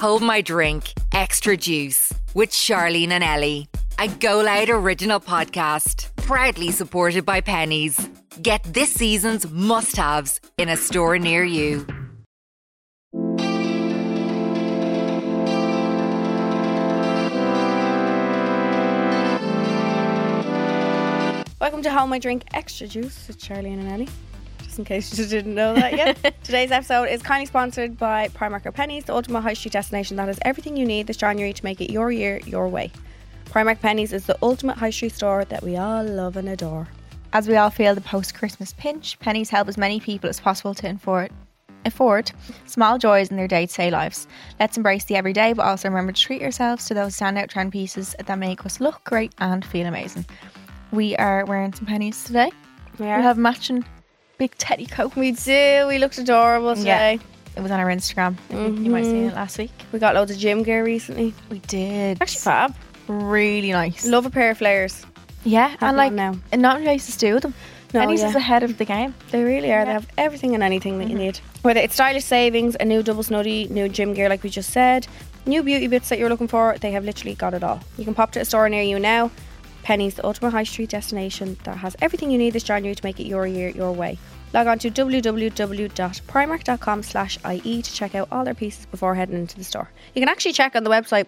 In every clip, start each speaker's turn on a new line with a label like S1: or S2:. S1: Hold My Drink, Extra Juice with Charlene and Ellie. A Go Loud original podcast, proudly supported by Pennies. Get this season's must haves in a store near you.
S2: Welcome to How My Drink Extra Juice with Charlie and Ellie. Just in case you didn't know that yet. Today's episode is kindly sponsored by Primark or Pennies, the ultimate high street destination that has everything you need this January to make it your year, your way. Primark Pennies is the ultimate high street store that we all love and adore.
S3: As we all feel the post Christmas pinch, pennies help as many people as possible to afford, afford small joys in their day to day lives. Let's embrace the everyday, but also remember to treat yourselves to those standout trend pieces that make us look great and feel amazing. We are wearing some pennies today.
S2: We
S3: We have matching big teddy coat.
S2: we do. We looked adorable today.
S3: It was on our Instagram. I think You might have seen it last week.
S2: We got loads of gym gear recently.
S3: We did.
S2: Actually, fab.
S3: really nice.
S2: Love a pair of flares.
S3: yeah,
S2: one
S3: and like
S2: now.
S3: and not many places do them.
S2: No,
S3: pennies
S2: yeah.
S3: is ahead of the game.
S2: They really are. They have everything and anything that you
S3: Mm-hmm.
S2: need. Whether it's stylish savings, a new double snuddy, new gym gear like we just said, new beauty bits that you're looking for, they have literally got it all. You can pop to a store near you now. Penny's the ultimate high street destination that has everything you need this January to make it your year your way. Log on to www.primark.com slash IE to check out all their pieces before heading into the store. You can actually check on the website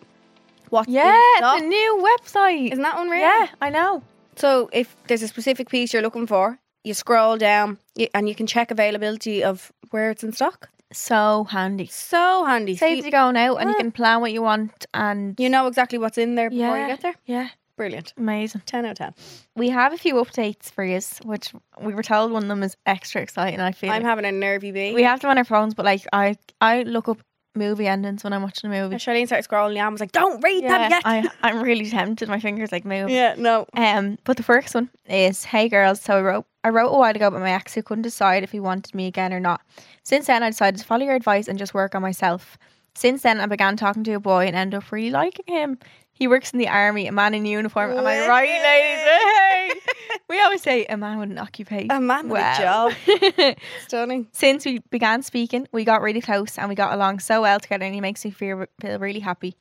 S2: what
S3: Yeah, it's a new website.
S2: Isn't that unreal?
S3: Yeah, I know.
S2: So if there's a specific piece you're looking for, you scroll down y- and you can check availability of where it's in stock.
S3: So handy.
S2: So handy. So
S3: Saves you going out and you
S2: Yeah.
S3: can plan what you want and
S2: you know exactly what's in there before you get there.
S3: Yeah.
S2: Brilliant.
S3: Amazing.
S2: 10 out of 10.
S3: We have a few updates for you, which we were told one of them is extra exciting. I feel
S2: I'm
S3: like.
S2: having a nervy bee.
S3: we have them on our phones, but like I I look up movie endings when I'm watching a
S2: And
S3: movie.
S2: Charlene started scrolling and was like, don't read them yet.
S3: I, I'm really tempted. My fingers like move.
S2: yeah, no.
S3: Um, but the first one is Hey Girls. So I wrote I wrote a while ago about my ex who couldn't decide if he wanted me again or not. Since then I decided to follow your advice and just work on myself. Since then I began talking to a boy and ended up really liking him. He works in the army, a man in uniform. Am I right, ladies? Hey! we always say a man with an occupation.
S2: A man with a
S3: Wow.
S2: job. Stunning.
S3: Since we began speaking, we got really close and we got along so well together, and he makes me feel feel really happy.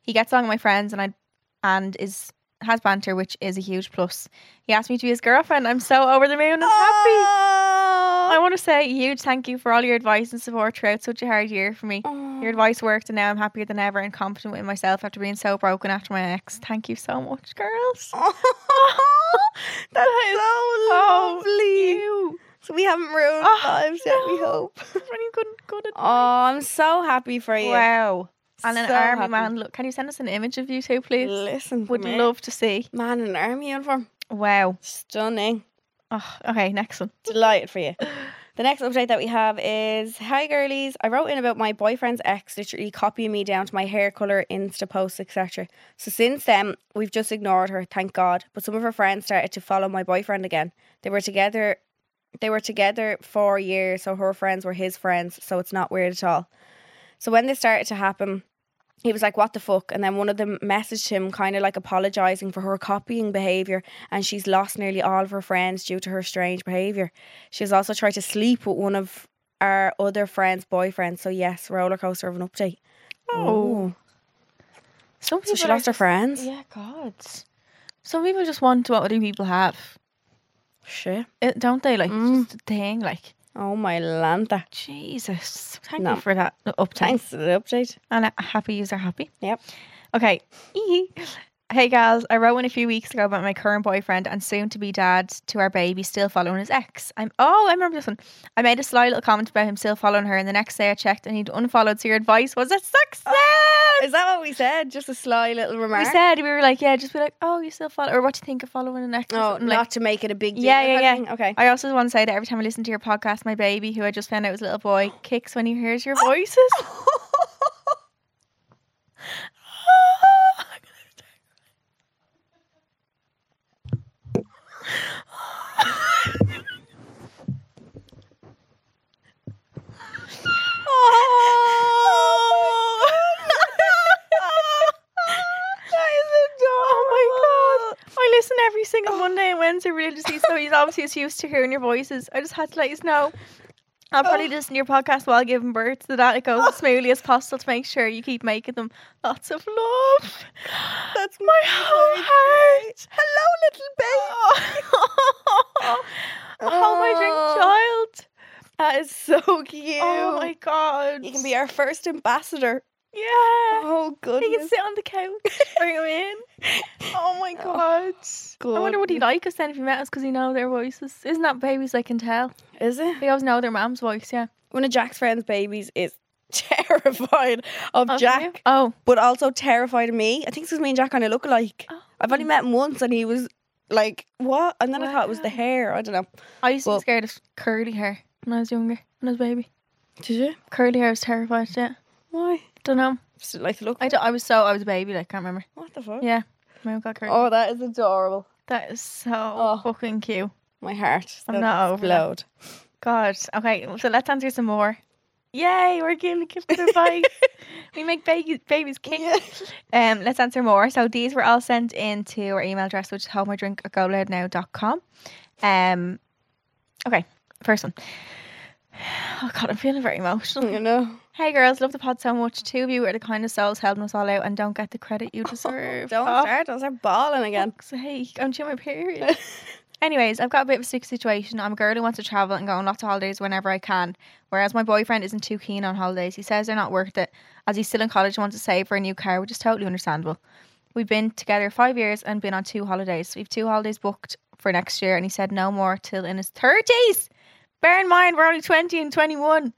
S3: He gets along with my friends, and I and is has banter, which is a huge plus. He asked me to be his girlfriend. I'm so over the moon and happy. Oh. I want to say a huge thank you for all your advice and support throughout such a hard year for me. Your advice worked, and now I'm happier than ever and confident in myself after being so broken after my ex. Thank you so much, girls.
S2: That's so
S3: Oh,
S2: lovely.
S3: you.
S2: So we haven't ruined
S3: Oh,
S2: lives yet, we
S3: no.
S2: hope.
S3: When you couldn't go to-
S2: Oh, I'm so happy for you.
S3: Wow. And an
S2: So
S3: army
S2: happy.
S3: man. Look, can you send us an image of you two, please?
S2: Listen,
S3: Would
S2: come here.
S3: love to see.
S2: Man in an army uniform.
S3: Wow.
S2: Stunning.
S3: Oh, okay, next one.
S2: Delighted for you. The next update that we have is Hi girlies. I wrote in about my boyfriend's ex literally copying me down to my hair colour, Insta posts, etc. So since then, we've just ignored her, thank God. But some of her friends started to follow my boyfriend again. They were together they were together for years, so her friends were his friends, so it's not weird at all. So when this started to happen, he was like, What the fuck? And then one of them messaged him, kind of like apologizing for her copying behavior. And she's lost nearly all of her friends due to her strange behavior. She's also tried to sleep with one of our other friends' boyfriends. So, yes, roller coaster of an update.
S3: Oh. Some
S2: So
S3: people
S2: she
S3: are
S2: lost her
S3: just-
S2: friends?
S3: Yeah, God. Some people just want what other people have,
S2: Shit.
S3: Uh, don't they? Like,
S2: Mm.
S3: it's just a thing. Like,
S2: Oh, my Lanta.
S3: Jesus. Thank
S2: No.
S3: you for that uptime.
S2: Thanks for the update.
S3: And uh, happy user happy.
S2: Yep.
S3: Okay. hey guys, I wrote one a few weeks ago about my current boyfriend and soon to be dad to our baby still following his ex. I'm oh, I remember this one. I made a sly little comment about him still following her, and the next day I checked and he'd unfollowed. So your advice was a success.
S2: Oh, Is that what we said? Just a sly little remark?
S3: we said we were like, yeah, just be like, oh, you still follow, or what do you think of following an ex? or
S2: Oh,
S3: something, like,
S2: not to make it a big deal.
S3: Yeah, yeah,
S2: kind of
S3: yeah.
S2: thing? Okay.
S3: I also want to say that every time I listen to your podcast, my baby, who I just found out was a little boy, kicks when he hears your voices. Oh my god! I listen every single Monday and Wednesday religiously, so he's obviously is used to hearing your voices. I just had to let you know. I'll probably listen to your podcast while giving birth so that it goes as smoothly as possible to make sure you keep making them lots of love.
S2: That's
S3: My
S2: Oh,
S3: whole heart. Hello, little baby. Oh, my
S2: Oh.
S3: drink child.
S2: That is so cute.
S3: Oh my god.
S2: You can be our first ambassador.
S3: Yeah.
S2: Oh
S3: He can
S2: goodness.
S3: sit on the couch. Bring him in. Oh my
S2: Oh,
S3: god. I wonder would he
S2: goodness.
S3: like us then if he met us because he know their voices. Isn't that babies they can tell?
S2: Is it?
S3: They always know their mom's voice, yeah.
S2: One of Jack's friends' babies is terrified of
S3: Oh, do you?
S2: Jack,
S3: Oh.
S2: but also terrified of me. I think it's 'cause me and Jack kind of look alike.
S3: Oh.
S2: I've only met him once, and he was like, "What?" And then I thought it was the
S3: Wow.
S2: hair. I don't know.
S3: I used to
S2: Well-
S3: be scared of curly hair when I was younger, when I was a baby.
S2: Did you?
S3: Curly hair I was terrified, yeah.
S2: Why?
S3: Don't know.
S2: Just didn't like the look.
S3: I, don't, I was so, I was a baby, like, can't remember.
S2: what the fuck?
S3: Yeah. My mum got curly.
S2: Oh, that is adorable.
S3: That is so
S2: Oh.
S3: fucking cute.
S2: My heart.
S3: I'm not over that.
S2: Blowed.
S3: God. Okay, so let's answer some more. Yay, we're giving gifted advice. we make baby, babies kick. Um, let's answer more. So these were all sent in to our email address, which is homewardrinkgoloudnow.com. Um, okay, first one. Oh God, I'm feeling very emotional.
S2: You know.
S3: Hey girls, love the pod so much. Two of you are the kind of souls helping us all out and don't get the credit you deserve.
S2: Don't
S3: Oh,
S2: start. Don't start bawling again.
S3: fuck's sake, I'm due my period. Anyways, I've got a bit of a sick situation. I'm a girl who wants to travel and go on lots of holidays whenever I can, whereas my boyfriend isn't too keen on holidays. He says they're not worth it, as he's still in college and wants to save for a new car, which is totally understandable. We've been together five years and been on two holidays. We've two holidays booked for next year, and he said no more till in his 30s. Bear in mind, we're only 20 and 21.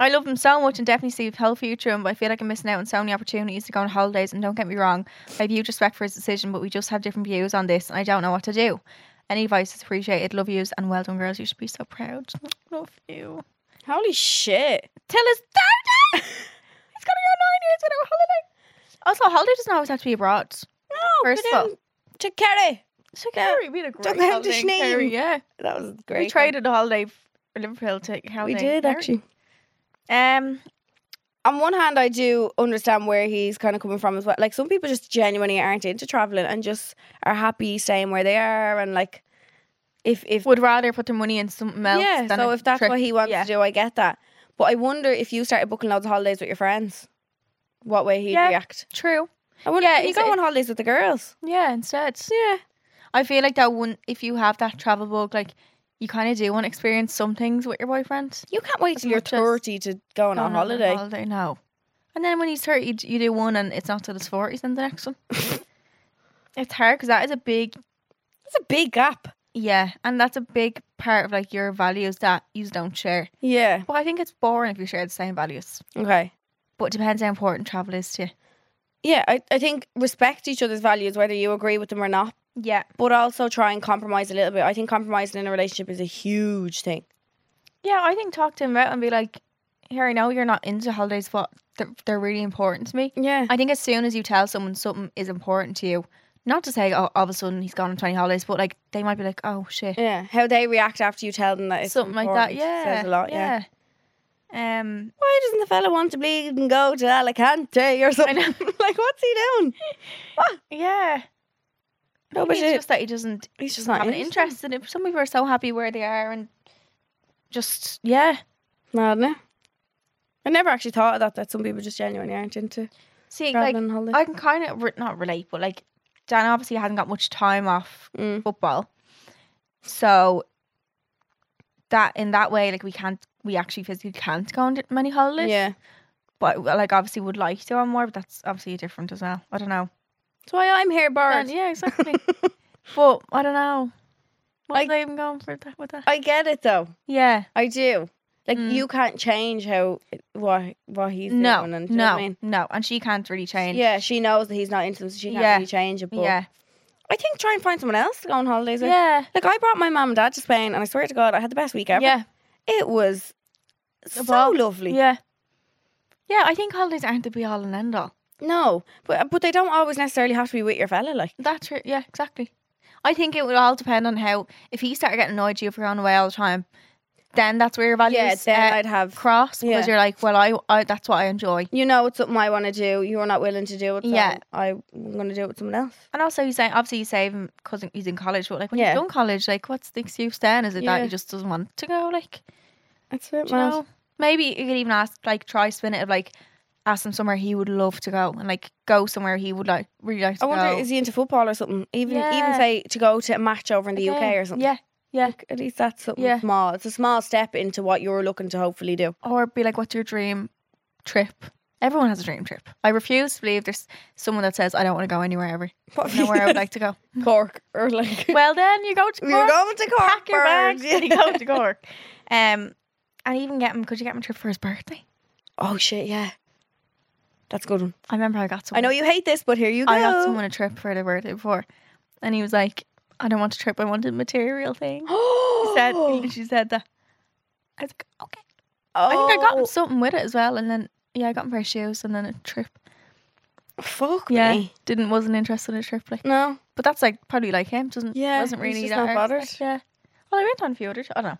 S3: I love him so much and definitely see his whole future in him, but I feel like I'm missing out on so many opportunities to go on holidays. And don't get me wrong, I have huge respect for his decision, but we just have different views on this, and I don't know what to do. Any advice is appreciated. Love yous and well done, girls. You should be so proud. Love you.
S2: Holy shit.
S3: Till his 30! He's going to go nine years without a holiday. Also, a holiday doesn't always have to be abroad.
S2: No.
S3: First
S2: go
S3: of all-
S2: down to Kerry.
S3: So
S2: Yeah.
S3: Kerry, we had a
S2: Don't
S3: great
S2: have to
S3: holiday in
S2: shame.
S3: Kerry, yeah.
S2: That was great.
S3: We traded a holiday for Liverpool to holiday.
S2: We
S3: in
S2: did
S3: Kerry.
S2: actually.
S3: Um,
S2: On one hand, I do understand where he's kind of coming from as well. Like some people just genuinely aren't into traveling and just are happy staying where they are. And like, if if
S3: would rather put their money in something else.
S2: yeah,
S3: than
S2: so
S3: a
S2: if that's
S3: trip.
S2: what he wants
S3: Yeah.
S2: to do, I get that. But I wonder if you started booking loads of holidays with your friends, what way he'd
S3: Yeah.
S2: react.
S3: True.
S2: I wonder.
S3: Yeah,
S2: Yeah, you
S3: it's-
S2: go on holidays with the girls.
S3: Yeah, instead.
S2: Yeah,
S3: I feel like that one, if you have that travel bug, like you kind of do want to experience some things with your boyfriend.
S2: you can't wait
S3: As
S2: till you're
S3: much as
S2: thirty to go on a
S3: Going
S2: holiday.
S3: holiday, no. And then when he's 30, you d- you do one and it's not till his 40s, then the next one. it's hard because that is a big,
S2: That's a big gap.
S3: yeah, and that's a big part of like your values that you don't share.
S2: Yeah.
S3: But I think it's boring if you share the same values.
S2: Okay.
S3: But it depends how important travel is to you.
S2: Yeah, I, I think respect each other's values, whether you agree with them or not,
S3: Yeah.
S2: but also try and compromise a little bit. I think compromising in a relationship is a huge thing.
S3: Yeah, I think talk to him about it and be like, here, I know you're not into holidays, but they're, they're really important to me.
S2: Yeah.
S3: I think as soon as you tell someone something is important to you, not to say, oh, all of a sudden he's gone on 20 holidays, but like they might be like, oh shit.
S2: Yeah. How they react after you tell them that it's
S3: something like that.
S2: important
S3: Yeah.
S2: Says a lot, yeah.
S3: yeah. Um,
S2: Why doesn't the fella want to bleed and go to Alicante or something? like, what's he doing?
S3: yeah.
S2: No,
S3: Maybe
S2: but
S3: it's
S2: it-
S3: just that he doesn't
S2: he's just not
S3: have an
S2: interested.
S3: interest in it. Some people are so happy where they are and just yeah.
S2: No, no. I never actually thought of that, that some people just genuinely aren't into
S3: See,
S2: traveling on
S3: like
S2: holiday.
S3: I can kind of re- not relate, but like Dan obviously hasn't got much time off
S2: Mm.
S3: football, so that in that way, like we can't, we actually physically can't go on many holidays.
S2: Yeah.
S3: but like obviously would like to on more, but that's obviously different as well. I don't know.
S2: That's why I'm here, Bard.
S3: Dan- yeah, exactly. but I don't know. What
S2: I-
S3: are they even going for that with that?
S2: I get it though.
S3: yeah.
S2: I do. Like
S3: Mm.
S2: you can't change how what what he's
S3: No.
S2: doing.
S3: No.
S2: And, do you know what I mean?
S3: No. And she can't really change.
S2: Yeah, she knows that he's not into them, so she can't
S3: Yeah.
S2: really change it. But
S3: Yeah.
S2: I think try and find someone else to go on holidays with.
S3: Yeah.
S2: Like I brought my mum and dad to Spain, and I swear to God, I had the best week ever.
S3: Yeah.
S2: It was so
S3: ball.
S2: lovely.
S3: Yeah. Yeah. I think holidays aren't the be all and end all.
S2: No, but but they don't always necessarily have to be with your fella. Like
S3: That's right. Yeah. Exactly. I think it would all depend on how if he started getting annoyed you for going away all the time, then that's where your
S2: yeah,
S3: values
S2: then
S3: uh,
S2: I'd have
S3: cross because
S2: yeah.
S3: you're like, well, I, I that's what I enjoy.
S2: you know it's something I want to do. You're not willing to do it. So
S3: Yeah.
S2: I'm going to do it with someone else.
S3: And also, he's saying obviously he's saving because he's in college, but like when
S2: Yeah.
S3: he's done college, like what's the excuse then? Is it
S2: Yeah.
S3: that he just doesn't want to go? Like
S2: That's a bit
S3: Do you
S2: mad.
S3: know? Maybe you could even ask, like, try spin it of like, ask him somewhere he would love to go and like go somewhere he would like really like to
S2: I wonder,
S3: go.
S2: is he into football or something? Even even
S3: Yeah.
S2: say to go to a match over in the UK
S3: Yeah,
S2: or something.
S3: Yeah. Yeah.
S2: Like, at least that's something
S3: Yeah.
S2: small. It's a small step into what you're looking to hopefully do.
S3: Or be like, what's your dream trip? Everyone has a dream trip. I refuse to believe there's someone that says, I don't want to go anywhere ever.
S2: What if
S3: Nowhere I would
S2: you
S3: like to go.
S2: said Cork or like
S3: Well, then you go to
S2: we
S3: Cork.
S2: were going to Cork.
S3: pack your
S2: bird.
S3: bags and you go to Cork. Um, and even get him, could you get him a trip for his birthday?
S2: Oh shit, yeah. That's a good one.
S3: I remember I got
S2: I
S3: someone.
S2: know you hate this, but here you go.
S3: I got someone a trip for their birthday before. And he was like, I don't want a trip, I want a material thing. He said,
S2: oh,
S3: she said that. I was like, okay. I think I got
S2: Oh,
S3: him something with it as well. And then, yeah, I got him a pair of shoes and then a trip.
S2: fuck
S3: Yeah.
S2: me.
S3: Didn't, wasn't interested in a trip. Like,
S2: No.
S3: But that's like probably like him. Doesn't
S2: Yeah,
S3: yeah, wasn't
S2: he's
S3: really
S2: just
S3: that
S2: not
S3: hard.
S2: bothered.
S3: Like, yeah. Well, I went on a few other. I don't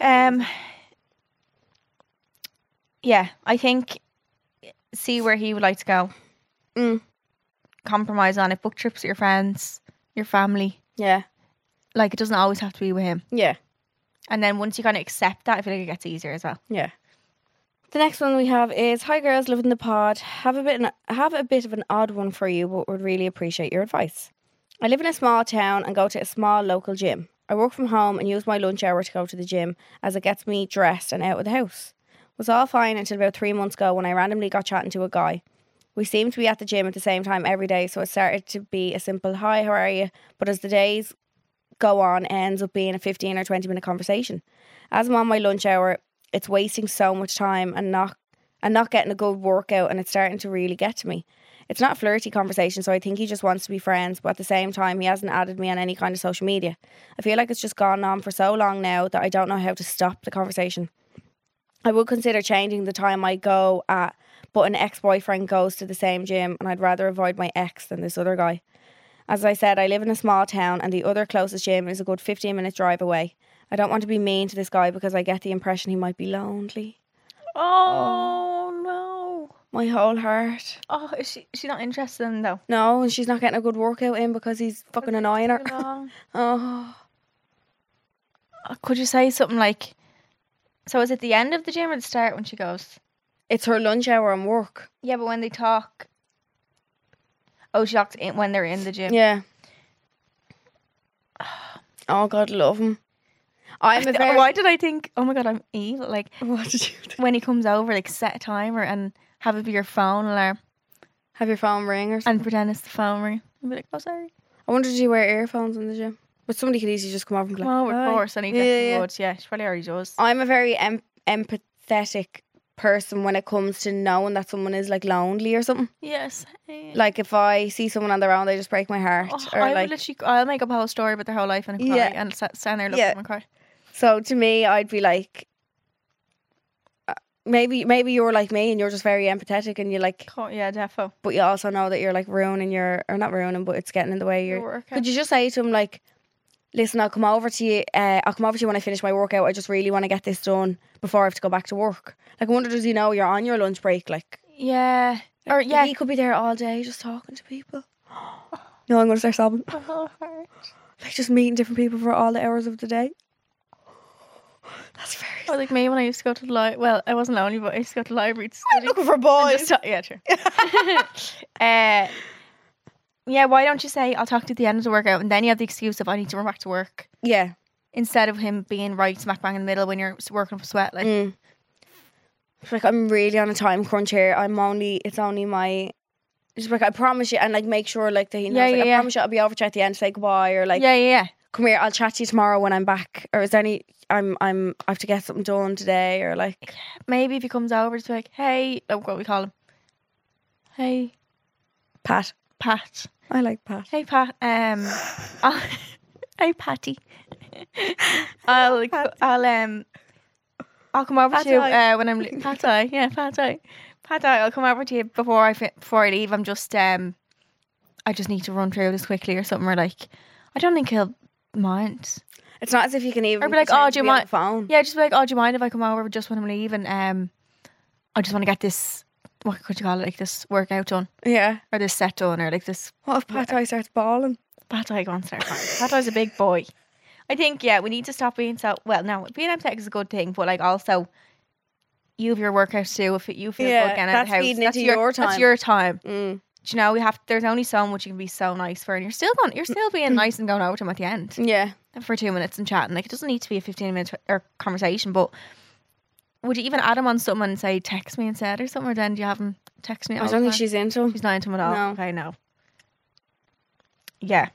S3: know. Um. Yeah, I think see where he would like to go.
S2: Mm.
S3: Compromise on it. Book trips with your friends, your family.
S2: Yeah.
S3: Like it doesn't always have to be with him.
S2: Yeah.
S3: And then once you kind of accept that, I feel like it gets easier as well.
S2: Yeah. The next one we have is Hi girls living the pod. Have a bit an, have a bit of an odd one for you, but would really appreciate your advice. I live in a small town and go to a small local gym. I work from home and use my lunch hour to go to the gym as it gets me dressed and out of the house. Was all fine until about three months ago when I randomly got chatting to a guy. We seemed to be at the gym at the same time every day, so it started to be a simple hi, how are you? But as the days go on, it ends up being a 15 or 20 minute conversation. As I'm on my lunch hour, it's wasting so much time and not and not getting a good workout and it's starting to really get to me. It's not a flirty conversation, so I think he just wants to be friends, but at the same time he hasn't added me on any kind of social media. I feel like it's just gone on for so long now that I don't know how to stop the conversation. I would consider changing the time I go at, but an ex-boyfriend goes to the same gym and I'd rather avoid my ex than this other guy. As I said, I live in a small town and the other closest gym is a good 15 minute drive away. I don't want to be mean to this guy because I get the impression he might be lonely.
S3: Oh, no.
S2: My whole heart.
S3: Oh, is she she's not interested in him, though.
S2: No, and she's not getting a good workout in because he's fucking annoying her.
S3: Too long.
S2: Oh,
S3: Uh, Could you say something like, so is it the end of the gym or the start when she goes?
S2: it's her lunch hour and work.
S3: Yeah, but when they talk, oh, she talks in, when they're in the gym.
S2: Yeah. Oh God, love him. I'm a very.
S3: Why did I think? Oh my god, I'm evil. Like
S2: What did you think?
S3: when he comes over, like set a timer and have it be your phone alarm
S2: Have your phone ring or something?
S3: and pretend it's the phone ring. And be like, oh sorry,
S2: I wonder, do you wear earphones in the gym? But somebody could easily just come over and be
S3: come
S2: like,
S3: over, of
S2: "Hi."
S3: course. And he
S2: Yeah,
S3: definitely
S2: yeah.
S3: would. Yeah, Oh. she probably already does.
S2: I'm a very em- empathetic person when it comes to knowing that someone is like lonely or something.
S3: yes.
S2: Like if I see someone on their own, they just break my heart.
S3: Oh,
S2: or
S3: I
S2: like,
S3: would literally, I'll make up a whole story about their whole life and cry
S2: Yeah.
S3: and sa- stand there looking
S2: Yeah.
S3: at them and cry.
S2: so to me, I'd be like, uh, maybe maybe you're like me and you're just very empathetic and you like,
S3: Co- Yeah, defo.
S2: but you also know that you're like ruining your or not ruining, but it's getting in the way.
S3: Your
S2: You're.
S3: workout.
S2: Could you just say to him like, listen, I'll come over to you. Uh, I'll come over to you when I finish my workout. I just really want to get this done before I have to go back to work. Like, I wonder does he know you're on your lunch break? Like,
S3: Yeah. Or
S2: Like,
S3: yeah.
S2: he could be there all day just talking to people. No, I'm gonna start sobbing. Like just meeting different people for all the hours of the day. That's very.
S3: Or like me when I used to go to the library. Well, I wasn't lonely, but I used to go to the library to
S2: I'm
S3: study.
S2: looking for
S3: and
S2: boys.
S3: just talk- yeah, true. uh, yeah, why don't you say I'll talk to you at the end of the workout, and then you have the excuse of I need to run back to work
S2: yeah.
S3: instead of him being right smack bang in the middle when you're s- working up a sweat. Like,
S2: Mm. It's Like I'm really on a time crunch here. I'm only. It's only my. Just like I promise you, and like make sure like that he knows.
S3: Yeah,
S2: like,
S3: yeah,
S2: I
S3: yeah.
S2: promise you, I'll be over to you at the end to say goodbye or like
S3: yeah, yeah, yeah.
S2: come here. I'll chat to you tomorrow when I'm back. Or is there any? I'm I'm I have to get something done today or like
S3: Maybe if he comes over, just be like, hey, like what we call him, hey
S2: Pat.
S3: Pat,
S2: I like Pat.
S3: hey Pat, um, I'll- hey Patty, I'll I'll um. I'll come over
S2: Pad
S3: to you
S2: thai.
S3: uh, when I'm li- pad thai. Yeah, pad thai. Pad thai. I'll come over to you before I fi- before I leave. I'm just um, I just need to run through this quickly or something. Or like, I don't think he'll mind.
S2: It's not as if you can even.
S3: I'd be like,
S2: pretend
S3: "Oh,
S2: to
S3: do you
S2: be on
S3: mind-
S2: the Phone.
S3: Yeah, just be like, oh, do you mind if I come over just when I'm leaving? Um, I just want to get this. What could you call it? Like this workout done
S2: Yeah. uh,
S3: or this set done or like this
S2: What if Pat Thai starts bawling?
S3: pad thai gone start. crying. Pad thai's a big boy. I think yeah, we need to stop being so. Well, no, being upset is a good thing, but like also, you have your workout to do. If you feel
S2: Yeah,
S3: good getting out of
S2: that's
S3: the house,
S2: feeding
S3: that's
S2: into
S3: your,
S2: your
S3: That's
S2: time.
S3: your time.
S2: Mm.
S3: Do you know we have? There's only so much you can be so nice for, and you're still going. You're still being nice and going over to him at the end
S2: Yeah.
S3: for two minutes and chatting. Like it doesn't need to be a 15 minute or conversation, but. Would you even add him on something and say text me instead or something? Or then do you have him text me? all
S2: I
S3: the
S2: don't think
S3: time?
S2: she's into him.
S3: She's not into him at all.
S2: No.
S3: Okay, no. Yeah.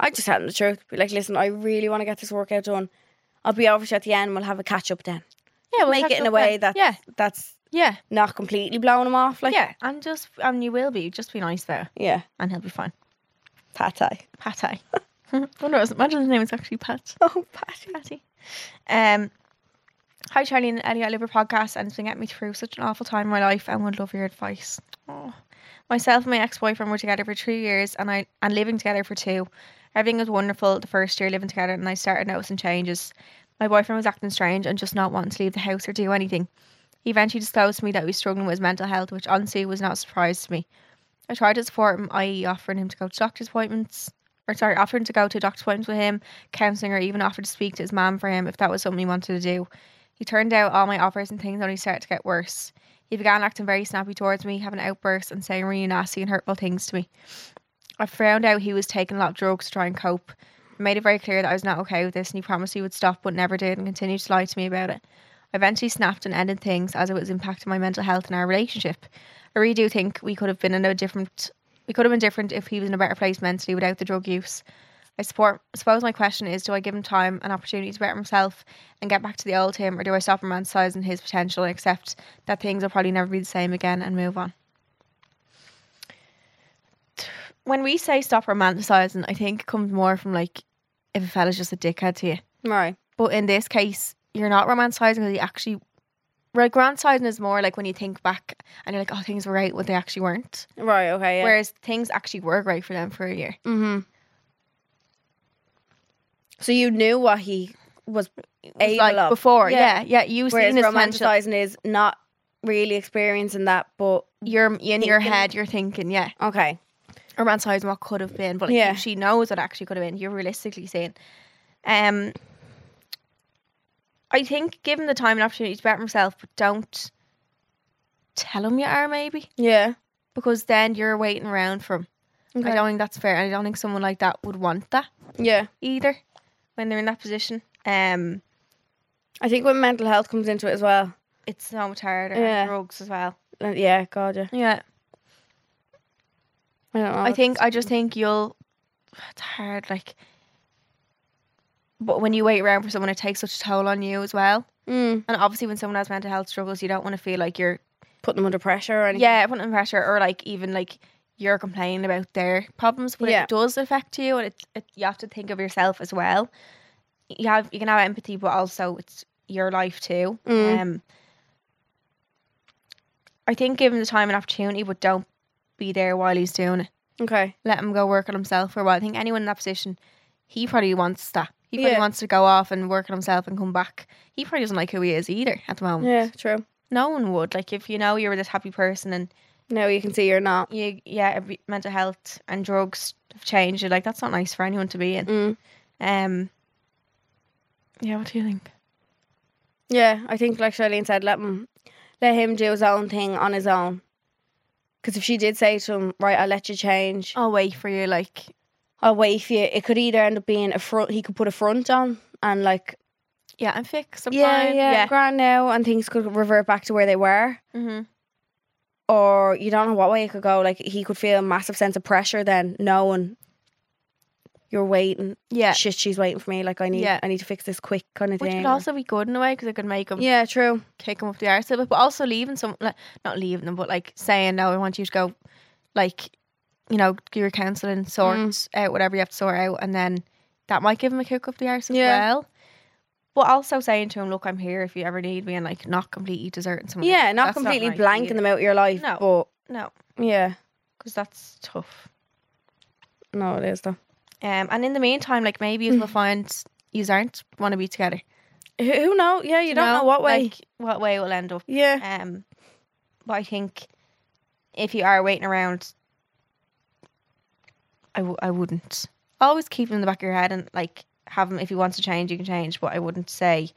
S2: I just tell him the truth. Be like, listen, I really want to get this workout done. I'll be over to you at the end. We'll have a catch up then.
S3: Yeah,
S2: Make it in a way that
S3: yeah,
S2: that's
S3: yeah,
S2: not completely blowing him off. Like,
S3: yeah. And just and you will be. Just be nice there,
S2: yeah.
S3: and he'll be fine.
S2: Pate.
S3: Patty. Wonder what his- imagine his name is actually Pat.
S2: Oh, Patty.
S3: Patty. Um. Hi Charlie and Ellie, I love your podcast and it's been getting me through such an awful time in my life and would love your advice. Oh. Myself and my ex-boyfriend were together for two years and I and living together for two. Everything was wonderful the first year living together and I started noticing changes. My boyfriend was acting strange and just not wanting to leave the house or do anything. He eventually disclosed to me that he was struggling with his mental health, which honestly was not a surprise to me. I tried to support him, i.e., offering him to go to doctor's appointments, or sorry, offering to go to doctor's appointments with him, counselling, or even offered to speak to his mum for him if that was something he wanted to do. He turned out all my offers and things only started to get worse. He began acting very snappy towards me, having outbursts and saying really nasty and hurtful things to me. I found out he was taking a lot of drugs to try and cope. I made it very clear that I was not okay with this and he promised he would stop but never did and continued to lie to me about it. I eventually snapped and ended things as it was impacting my mental health and our relationship. I really do think we could have been in a different we could have been different if he was in a better place mentally without the drug use. I support I suppose my question is do I give him time and opportunity to better himself and get back to the old him or do I stop romanticizing his potential and accept that things will probably never be the same again and move on? When we say stop romanticizing, I think it comes more from like if a fella's just a dickhead to you.
S2: Right.
S3: But in this case, you're not romanticizing because you actually. Like romanticizing is more like when you think back and you're like, oh, things were right when they actually weren't.
S2: Right. Okay. Yeah.
S3: Whereas things actually were right for them for a year.
S2: mm-hmm. So you knew what he was
S3: It was
S2: able
S3: like
S2: of
S3: before, yeah, yeah. you
S2: Whereas
S3: seen his potential.
S2: romanticizing is not really experiencing that, but
S3: You're in your
S2: thinking.
S3: head, you're thinking, yeah,
S2: okay.
S3: romanticizing what could have been, but like,
S2: Yeah.
S3: she knows what actually could have been. You're realistically saying, um, I think give him the time and opportunity to better himself, but don't tell him you are maybe
S2: Yeah.
S3: because then you're waiting around for him. I
S2: Okay.
S3: don't think that's fair, and I don't think someone like that would want that
S2: Yeah.
S3: either when they're in that position. Um,
S2: I think when mental health comes into it as well.
S3: it's so much harder.
S2: Yeah.
S3: And drugs as well.
S2: Uh, Yeah, God, yeah.
S3: Yeah,
S2: I don't know.
S3: I think I just think you'll. It's hard, like. But when you wait around for someone, it takes such a toll on you as well.
S2: mm,
S3: And obviously, when someone has mental health struggles, you don't want to feel like you're
S2: put them under pressure or anything.
S3: yeah putting them pressure or like even like you're complaining about their problems, but
S2: Yeah.
S3: it does affect you, and it, it you have to think of yourself as well. You have you can have empathy, but also it's your life too.
S2: Mm.
S3: Um, I think give him the time and opportunity, but don't be there while he's doing it.
S2: Okay.
S3: Let him go work on himself for a while. I think anyone in that position, he probably wants that. He probably
S2: Yeah.
S3: wants to go off and work on himself and come back. He probably doesn't like who he is either at the moment.
S2: Yeah, true.
S3: No one would. Like if you know you're this happy person and
S2: Now you can see you're not.
S3: you yeah, every- mental health and drugs have changed, you're like that's not nice for anyone to be in.
S2: Mm.
S3: Um Yeah, what do you think?
S2: Yeah, I think like Charlene said, let him let him do his own thing on his own. Because if she did say to him, right, I'll let you change,
S3: I'll wait for you like
S2: I'll wait for you, it could either end up being a front, he could put a front on and like,
S3: yeah, I'm fixed. I'm
S2: yeah,
S3: fine.
S2: yeah, yeah, grand now, and things could revert back to where they were.
S3: Mm-hmm.
S2: or you don't know what way it could go. Like he could feel a massive sense of pressure then, knowing you're waiting.
S3: Yeah.
S2: Shit, she's waiting for me. Like I need,
S3: Yeah.
S2: I need to fix this quick kind of
S3: Which
S2: thing.
S3: would also Mm-hmm. be good in a way because it could make them
S2: yeah, true.
S3: kick them up the arse a bit, but also leaving some, like, not leaving them, but like saying, no, I want you to go, like, you know, do your counselling, sort
S2: Mm.
S3: out whatever you have to sort out, and then that might give him a kick up the arse as
S2: Yeah.
S3: well. But also saying to him, look, I'm here if you ever need me, and like not completely deserting someone.
S2: Yeah, not
S3: That's
S2: completely
S3: nice
S2: blanking
S3: either.
S2: them out of your life.
S3: No. No,
S2: But yeah,
S3: because that's tough.
S2: no, it is though.
S3: Um, and in the meantime, like maybe
S2: Mm.
S3: you will find you aren't want to be together.
S2: Who, who know? Yeah, you,
S3: Do
S2: don't know, what way.
S3: like, what way it will end up.
S2: yeah,
S3: Um, but I think if you are waiting around, I w- I wouldn't. Always keep it in the back of your head and like have him if he wants to change, you can change. But I wouldn't say,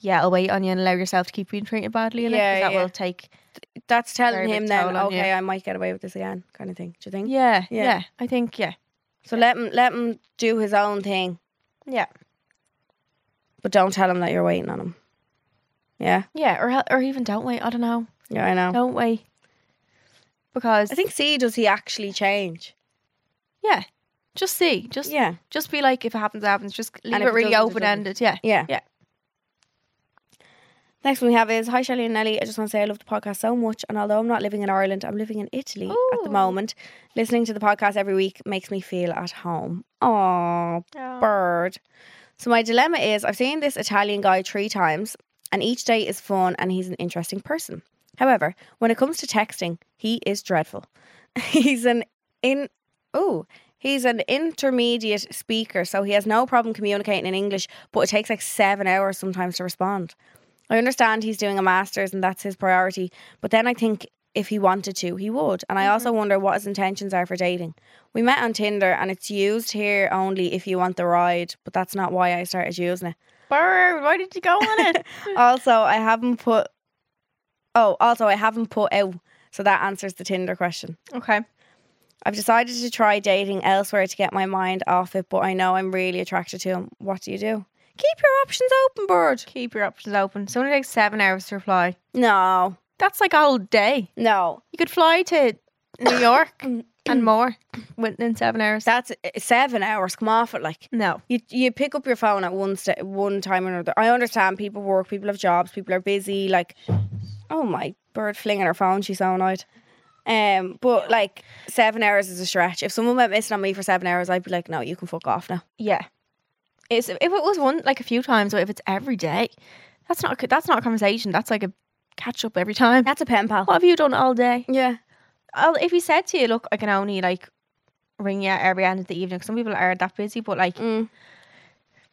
S3: yeah, I'll wait on you and allow yourself to keep being treated badly. And
S2: Yeah,
S3: that
S2: yeah.
S3: will take.
S2: That's telling
S3: Very
S2: him
S3: big
S2: then,
S3: toll on you.
S2: okay, I might get away with this again, kind of thing. Do you think?
S3: Yeah,
S2: Yeah.
S3: yeah, I think yeah,
S2: So let him let him do his own thing,
S3: yeah,
S2: but don't tell him that you're waiting on him. Yeah,
S3: yeah, or hel- or even don't wait. I don't know.
S2: yeah, I know.
S3: Don't wait because
S2: I think see does he actually change?
S3: yeah, just see, just
S2: Yeah,
S3: just be like if it happens, it happens. Just leave
S2: if
S3: it
S2: it
S3: really
S2: doesn't, it
S3: open ended. Yeah,
S2: yeah,
S3: Yeah.
S2: Next one we have is Hi Shelley and Nelly. I just want to say I love the podcast so much, and although I'm not living in Ireland, I'm living in Italy at the
S3: Ooh.
S2: moment. Listening to the podcast every week makes me feel at home. Aww, bird. So my dilemma is I've seen this Italian guy three times and each day is fun and he's an interesting person. However, when it comes to texting, he is dreadful. he's an in oh, he's an intermediate speaker, so he has no problem communicating in English, but it takes like 7 hours sometimes to respond. I understand he's doing a masters and that's his priority, but then I think if he wanted to, he would. And I also wonder what his intentions are for dating. We met on Tinder and it's used here only if you want the ride, but that's not why I started using it.
S3: Bird, why did you go on it?
S2: Also, I haven't put Oh, also I haven't put out, so that answers the Tinder question.
S3: okay,
S2: I've decided to try dating elsewhere to get my mind off it, but I know I'm really attracted to him. What do you do? Keep your options open, bird.
S3: keep your options open. So it only takes seven hours to reply.
S2: No.
S3: That's like all day.
S2: No.
S3: You could fly to New York and more within seven hours.
S2: That's uh, 7 hours. Come off it like
S3: no.
S2: You you pick up your phone at one st- one time or another. I understand people work, people have jobs, people are busy. Like, oh my bird flinging her phone, she's so annoyed. Um, but like seven hours is a stretch. If someone went missing on me for seven hours, I'd be like, no, you can fuck off now.
S3: Yeah. It's if it was one like a few times, or if it's every day, that's not a- that's not a conversation. That's like a catch up every time.
S2: That's a pen pal.
S3: What have you done all day?
S2: Yeah,
S3: I'll, if he said to you, look, I can only like ring you every end of the evening. 'cause some people are that busy, but like
S2: Mm.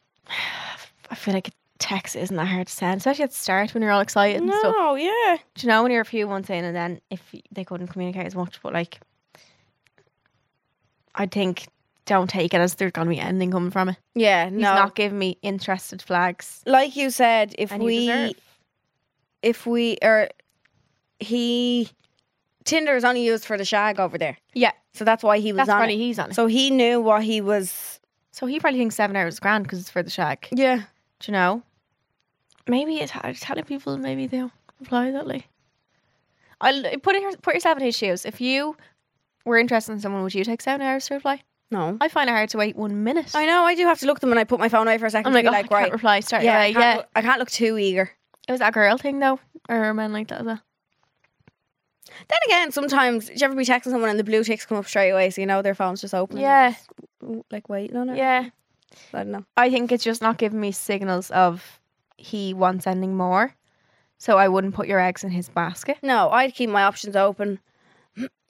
S3: I feel like a text isn't that hard to send, especially at the start when you're all excited and stuff.
S2: yeah,
S3: Do you know when you're a few months in, and then if y- they couldn't communicate as much, but like, I think don't take it as there's gonna be anything coming from it.
S2: yeah.
S3: He's
S2: No,
S3: not giving me interested flags.
S2: like you said, if
S3: And you
S2: we
S3: deserve.
S2: if we or he Tinder is only used for the shag over there,
S3: Yeah,
S2: so that's why he was
S3: that's
S2: on.
S3: probably
S2: it.
S3: he's on it. So,
S2: So he knew what he was.
S3: so he probably thinks seven hours is grand because it's for the shag.
S2: Yeah.
S3: Do you know? Maybe it's Italian people. Maybe they'll reply that way. I put it, put yourself in his shoes. If you were interested in someone, would you take seven hours to reply?
S2: No.
S3: I find it hard to wait one minute.
S2: I know. I do have to look them, and I put my phone away for a second.
S3: I'm like,
S2: to
S3: oh,
S2: be like
S3: I
S2: right,
S3: can't reply. Start
S2: yeah,
S3: yeah,
S2: I
S3: away.
S2: can't
S3: yeah.
S2: look- I can't look too eager.
S3: It was that girl thing though, or a man like that. Though.
S2: Then again, sometimes do you ever be texting someone and the blue ticks come up straight away, so you know their phone's just open. and they're
S3: Yeah,
S2: just, like waiting on it.
S3: yeah.
S2: I don't know.
S3: I think it's just not giving me signals of he wants anything more, so I wouldn't put your eggs in his basket.
S2: No, I'd keep my options open.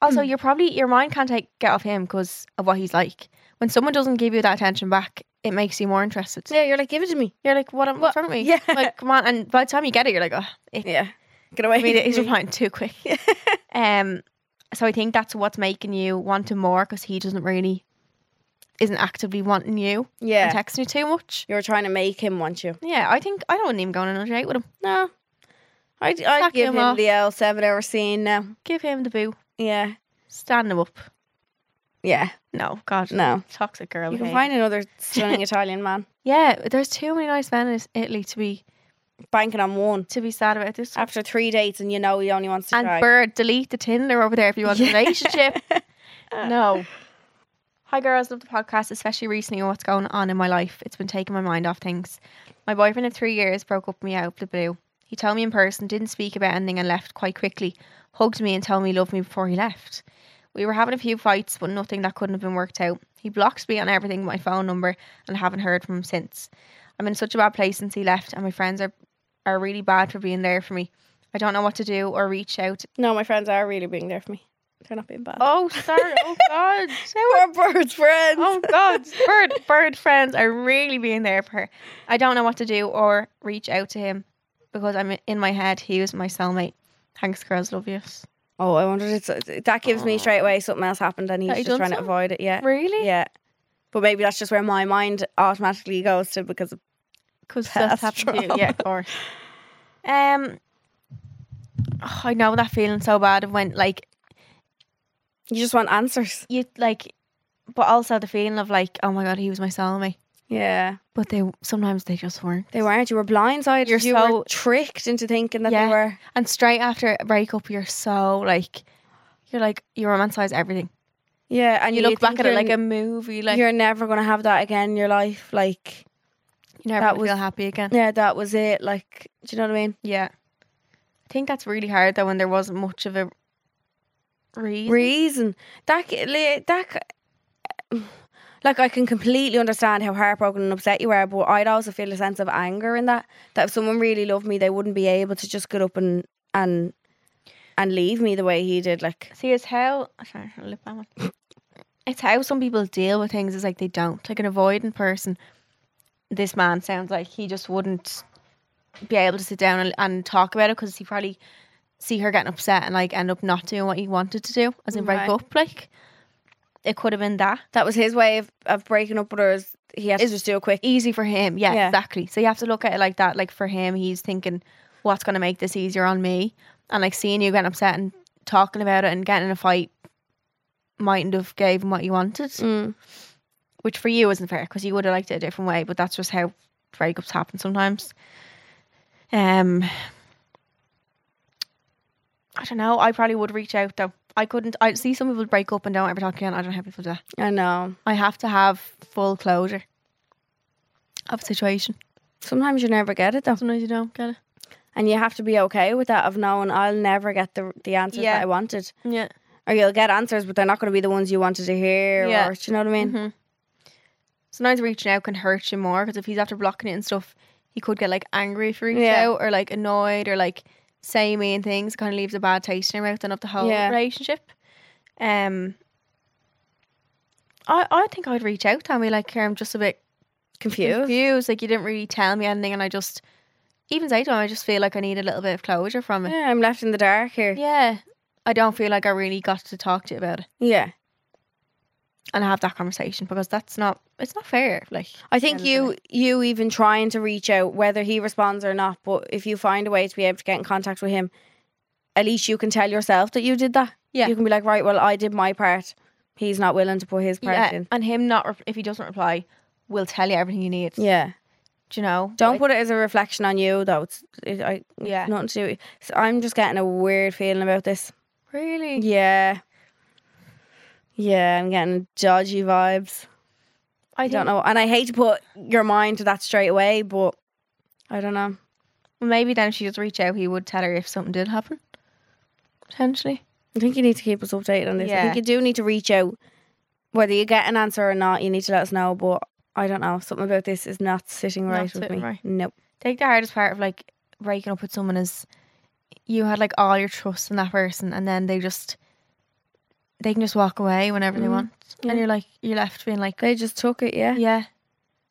S3: Also,
S2: Hmm.
S3: you're probably your mind can't take get off him because of what he's like. When someone doesn't give you that attention back, it makes you more interested.
S2: Yeah, you're like, give it to me.
S3: You're like, what? am- What's wrong with me?
S2: yeah.
S3: Like, come on. And by the time you get it, you're like, oh, it,
S2: Yeah, get away.
S3: I mean, he's
S2: from me.
S3: replying too quick. um, so I think that's what's making you want him more because he doesn't really isn't actively wanting you and
S2: Yeah,
S3: texting you too much.
S2: you're trying to make him want you.
S3: Yeah, I think I don't even go on another date with him.
S2: No, I'd, I'd
S3: Suck
S2: give
S3: him
S2: him
S3: off.
S2: the L seven hour scene now.
S3: Give him the boo,
S2: Yeah,
S3: stand him up.
S2: yeah.
S3: No, God,
S2: No,
S3: toxic girl.
S2: you can
S3: behaviour.
S2: find another stunning Italian man
S3: Yeah, there's too many nice men in Italy to be
S2: banking on one
S3: to be sad about this.
S2: after three dates, and you know he only wants to
S3: And
S2: try.
S3: Bird, delete the Tinder over there if you want
S2: Yeah.
S3: a relationship. no. Hi, girls. Love the podcast, especially recently on what's going on in my life. It's been taking my mind off things. My boyfriend of three years broke up with me out of the blue. He told me in person, didn't speak about anything, and left quite quickly. Hugged me and told me he loved me before he left. We were having a few fights, but nothing that couldn't have been worked out. He blocked me on everything but my phone number, and I haven't heard from him since. I'm in such a bad place since he left, and my friends are, are really bad for being there for me. I don't know what to do or reach out.
S2: No, my friends are really being there for me. They're not being bad.
S3: Oh, sorry. Oh, God.
S2: Poor bird's friends.
S3: Oh God, bird bird friends are really being there for her. I don't know what to do or reach out to him because I'm in my head. He was my cellmate. Thanks, girls, love yous.
S2: Oh, I wondered. It's, that gives me straight away something else happened and he's
S3: That he
S2: just
S3: done
S2: trying to
S3: something?
S2: avoid it. Yeah.
S3: Really?
S2: Yeah. But maybe that's just where my mind automatically goes to because of
S3: Because that's
S2: Past
S3: happened to you.
S2: trauma.
S3: Yeah, of course. Um, oh, I know that feeling so bad of when, like,
S2: you just want answers.
S3: you, like, but also the feeling of, like, oh my God, he was my soulmate.
S2: Yeah.
S3: But they sometimes they just weren't.
S2: They weren't. You were blindsided.
S3: You're
S2: you
S3: so-
S2: were tricked into thinking that
S3: Yeah.
S2: they were.
S3: And straight after a breakup, you're so, like, you're like, you romanticize everything.
S2: Yeah. And
S3: And
S2: you,
S3: you, look
S2: think
S3: back at it
S2: you're
S3: like a
S2: n-
S3: movie, like, you're
S2: you're never gonna have that again in your life. Like,
S3: never
S2: that
S3: gonna
S2: was-
S3: feel happy again.
S2: yeah, that was it. Like, do you know what I mean?
S3: Yeah. I think that's really hard though when there wasn't much of a reason.
S2: reason. That c- li- that c- like I can completely understand how heartbroken and upset you are, but I'd also feel a sense of anger in that. That if someone really loved me, they wouldn't be able to just get up and and and leave me the way he did. Like
S3: See, it's how sorry, I'll lip balm on. it's how some people deal with things is like they don't. Like an avoidant person, this man sounds like he just wouldn't be able to sit down and, and talk about it because he probably see her getting upset and like end up not doing what he wanted to do, as in break
S2: Right.
S3: up. Like it could have been that
S2: that was his way of, of breaking up with her. Is he had to just do it quick.
S3: easy for him. Yeah,
S2: Yeah.
S3: exactly. So you have to look at it like that. Like for him, he's thinking, what's going to make this easier on me? And like seeing you getting upset and talking about it and getting in a fight mightn't have gave him what you wanted,
S2: Mm.
S3: which for you isn't fair because you would have liked it a different way. But that's just how breakups happen sometimes. Um, I don't know. I probably would reach out though. I couldn't. I see some people break up and don't ever talk again. I don't have people do that.
S2: I know.
S3: I have to have full closure of a situation.
S2: Sometimes you never get it though,
S3: Sometimes you don't get it.
S2: and you have to be okay with that. Of knowing I'll never get the the answers
S3: Yeah.
S2: that I wanted,
S3: Yeah.
S2: or you'll get answers, but they're not going to be the ones you wanted to hear.
S3: Yeah.
S2: Or, do you know what I mean?
S3: Mm-hmm. Sometimes reaching out can hurt you more because if he's after blocking it and stuff, he could get like angry if he reached
S2: Yeah.
S3: out or like annoyed or like say mean things. Kind of leaves a bad taste in your mouth and of the whole
S2: Yeah.
S3: relationship. Um, I I think I'd reach out and be like, "Here, I'm just a bit
S2: Confused.
S3: confused. Like you didn't really tell me anything, and I just even say to him, I just feel like I need a little bit of closure from it.
S2: Yeah, I'm left in the dark here. Yeah.
S3: yeah. I don't feel like I really got to talk to you about it. and have that conversation because that's not it's not fair. Like
S2: I think
S3: Then,
S2: you you even trying to reach out, whether he responds or not, but if you find a way to be able to get in contact with him, at least you can tell yourself that you did that.
S3: Yeah.
S2: You can be like, right, well, I did my part. He's not willing to put his part
S3: yeah,
S2: in.
S3: and him not re- if he doesn't reply, we'll tell you everything you need.
S2: Yeah.
S3: Do you know?
S2: Don't put it as a reflection on you, though. It's it, I,
S3: Yeah.
S2: nothing to do. So I'm just getting a weird feeling about this.
S3: really.
S2: Yeah. Yeah, I'm getting dodgy vibes.
S3: I
S2: I
S3: think,
S2: don't know. And I hate to put your mind to that straight away, but I don't know.
S3: Well, maybe then if she does reach out, he would tell her if something did happen. Potentially.
S2: I think you need to keep us updated on this. I
S3: Yeah.
S2: think you do need to reach out. Whether you get an answer or not, you need to let us know. But I don't know. Something about this is not sitting
S3: Not
S2: right with
S3: sitting
S2: me.
S3: right.
S2: Nope.
S3: I think the hardest part of like breaking up with someone is you had like all your trust in that person, and then they just they can just walk away whenever they
S2: Mhm.
S3: want,
S2: Yeah.
S3: and you're like you're left being like,
S2: They just took it, yeah.
S3: yeah,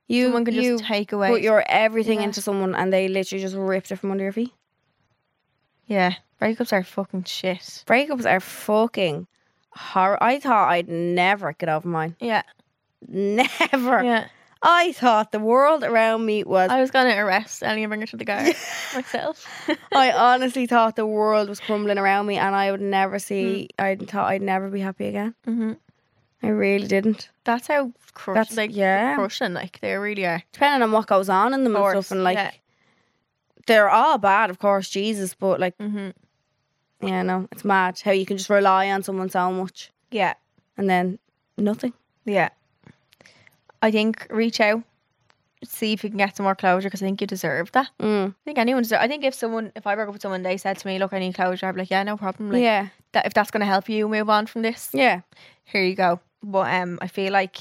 S2: You,
S3: someone can
S2: you
S3: just take away.
S2: put your everything
S3: Yeah.
S2: into someone and they literally just ripped it from under your feet.
S3: yeah, breakups are fucking shit.
S2: Breakups are fucking horror. I thought I'd never get over mine.
S3: Yeah,
S2: Never.
S3: yeah.
S2: I thought the world around me was
S3: I was gonna arrest Ellie and bring her to the guard myself.
S2: I honestly thought the world was crumbling around me and I would never see,
S3: Hmm.
S2: I thought I'd never be happy again.
S3: mm-hmm.
S2: I really didn't.
S3: That's how crushing.
S2: That's-
S3: like,
S2: yeah.
S3: crushing. Like they really are.
S2: Depending on what goes on in them
S3: Course,
S2: and stuff, and like,
S3: yeah.
S2: they're all bad, of course, Jesus, but like,
S3: Mm-hmm.
S2: yeah, no, it's mad how you can just rely on someone so much
S3: Yeah,
S2: and then nothing.
S3: yeah. I think reach out, see if you can get some more closure because I think you deserve that.
S2: Mm.
S3: I think anyone deserves. I think if someone, if I broke up with someone, they said to me, "Look, I need closure," I'd be like, "Yeah, no problem." Like,
S2: yeah,
S3: that, if that's gonna help you move on from this,
S2: yeah.
S3: here you go. But um, I feel like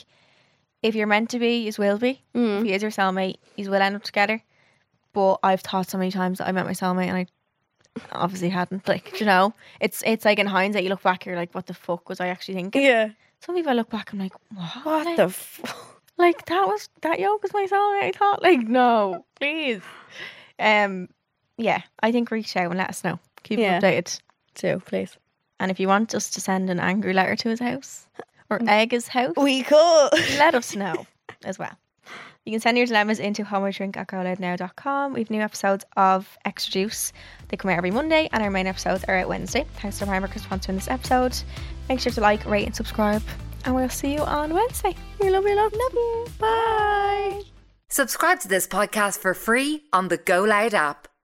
S3: if you're meant to be, you will be.
S2: Mm.
S3: If he is your cellmate, you will end up together. But I've thought so many times that I met my cellmate and I obviously hadn't. Like, you know, it's it's like in hindsight, you look back, you're like, what the fuck was I actually thinking?
S2: Yeah.
S3: Some people I look back, I'm like, what?
S2: What the f-
S3: Like, that was, that yoke was my cellmate. I thought, like, no, please. Um, Yeah, I think reach out and let us know. Keep us
S2: Yeah.
S3: updated.
S2: Too, please.
S3: And if you want us to send an angry letter to his house
S2: Mm.
S3: or Egga's house,
S2: We could.
S3: let us know as well. You can send your dilemmas into homodrinkalcoholoudnow.com. We have new episodes of Extra Juice. They come out every Monday, and our main episodes are out Wednesday. Thanks to Primer for sponsoring this episode. Make sure to like, rate, and subscribe. And we'll see you on Wednesday. We love you, love, love you. Bye.
S1: Subscribe to this podcast for free on the Go Loud app.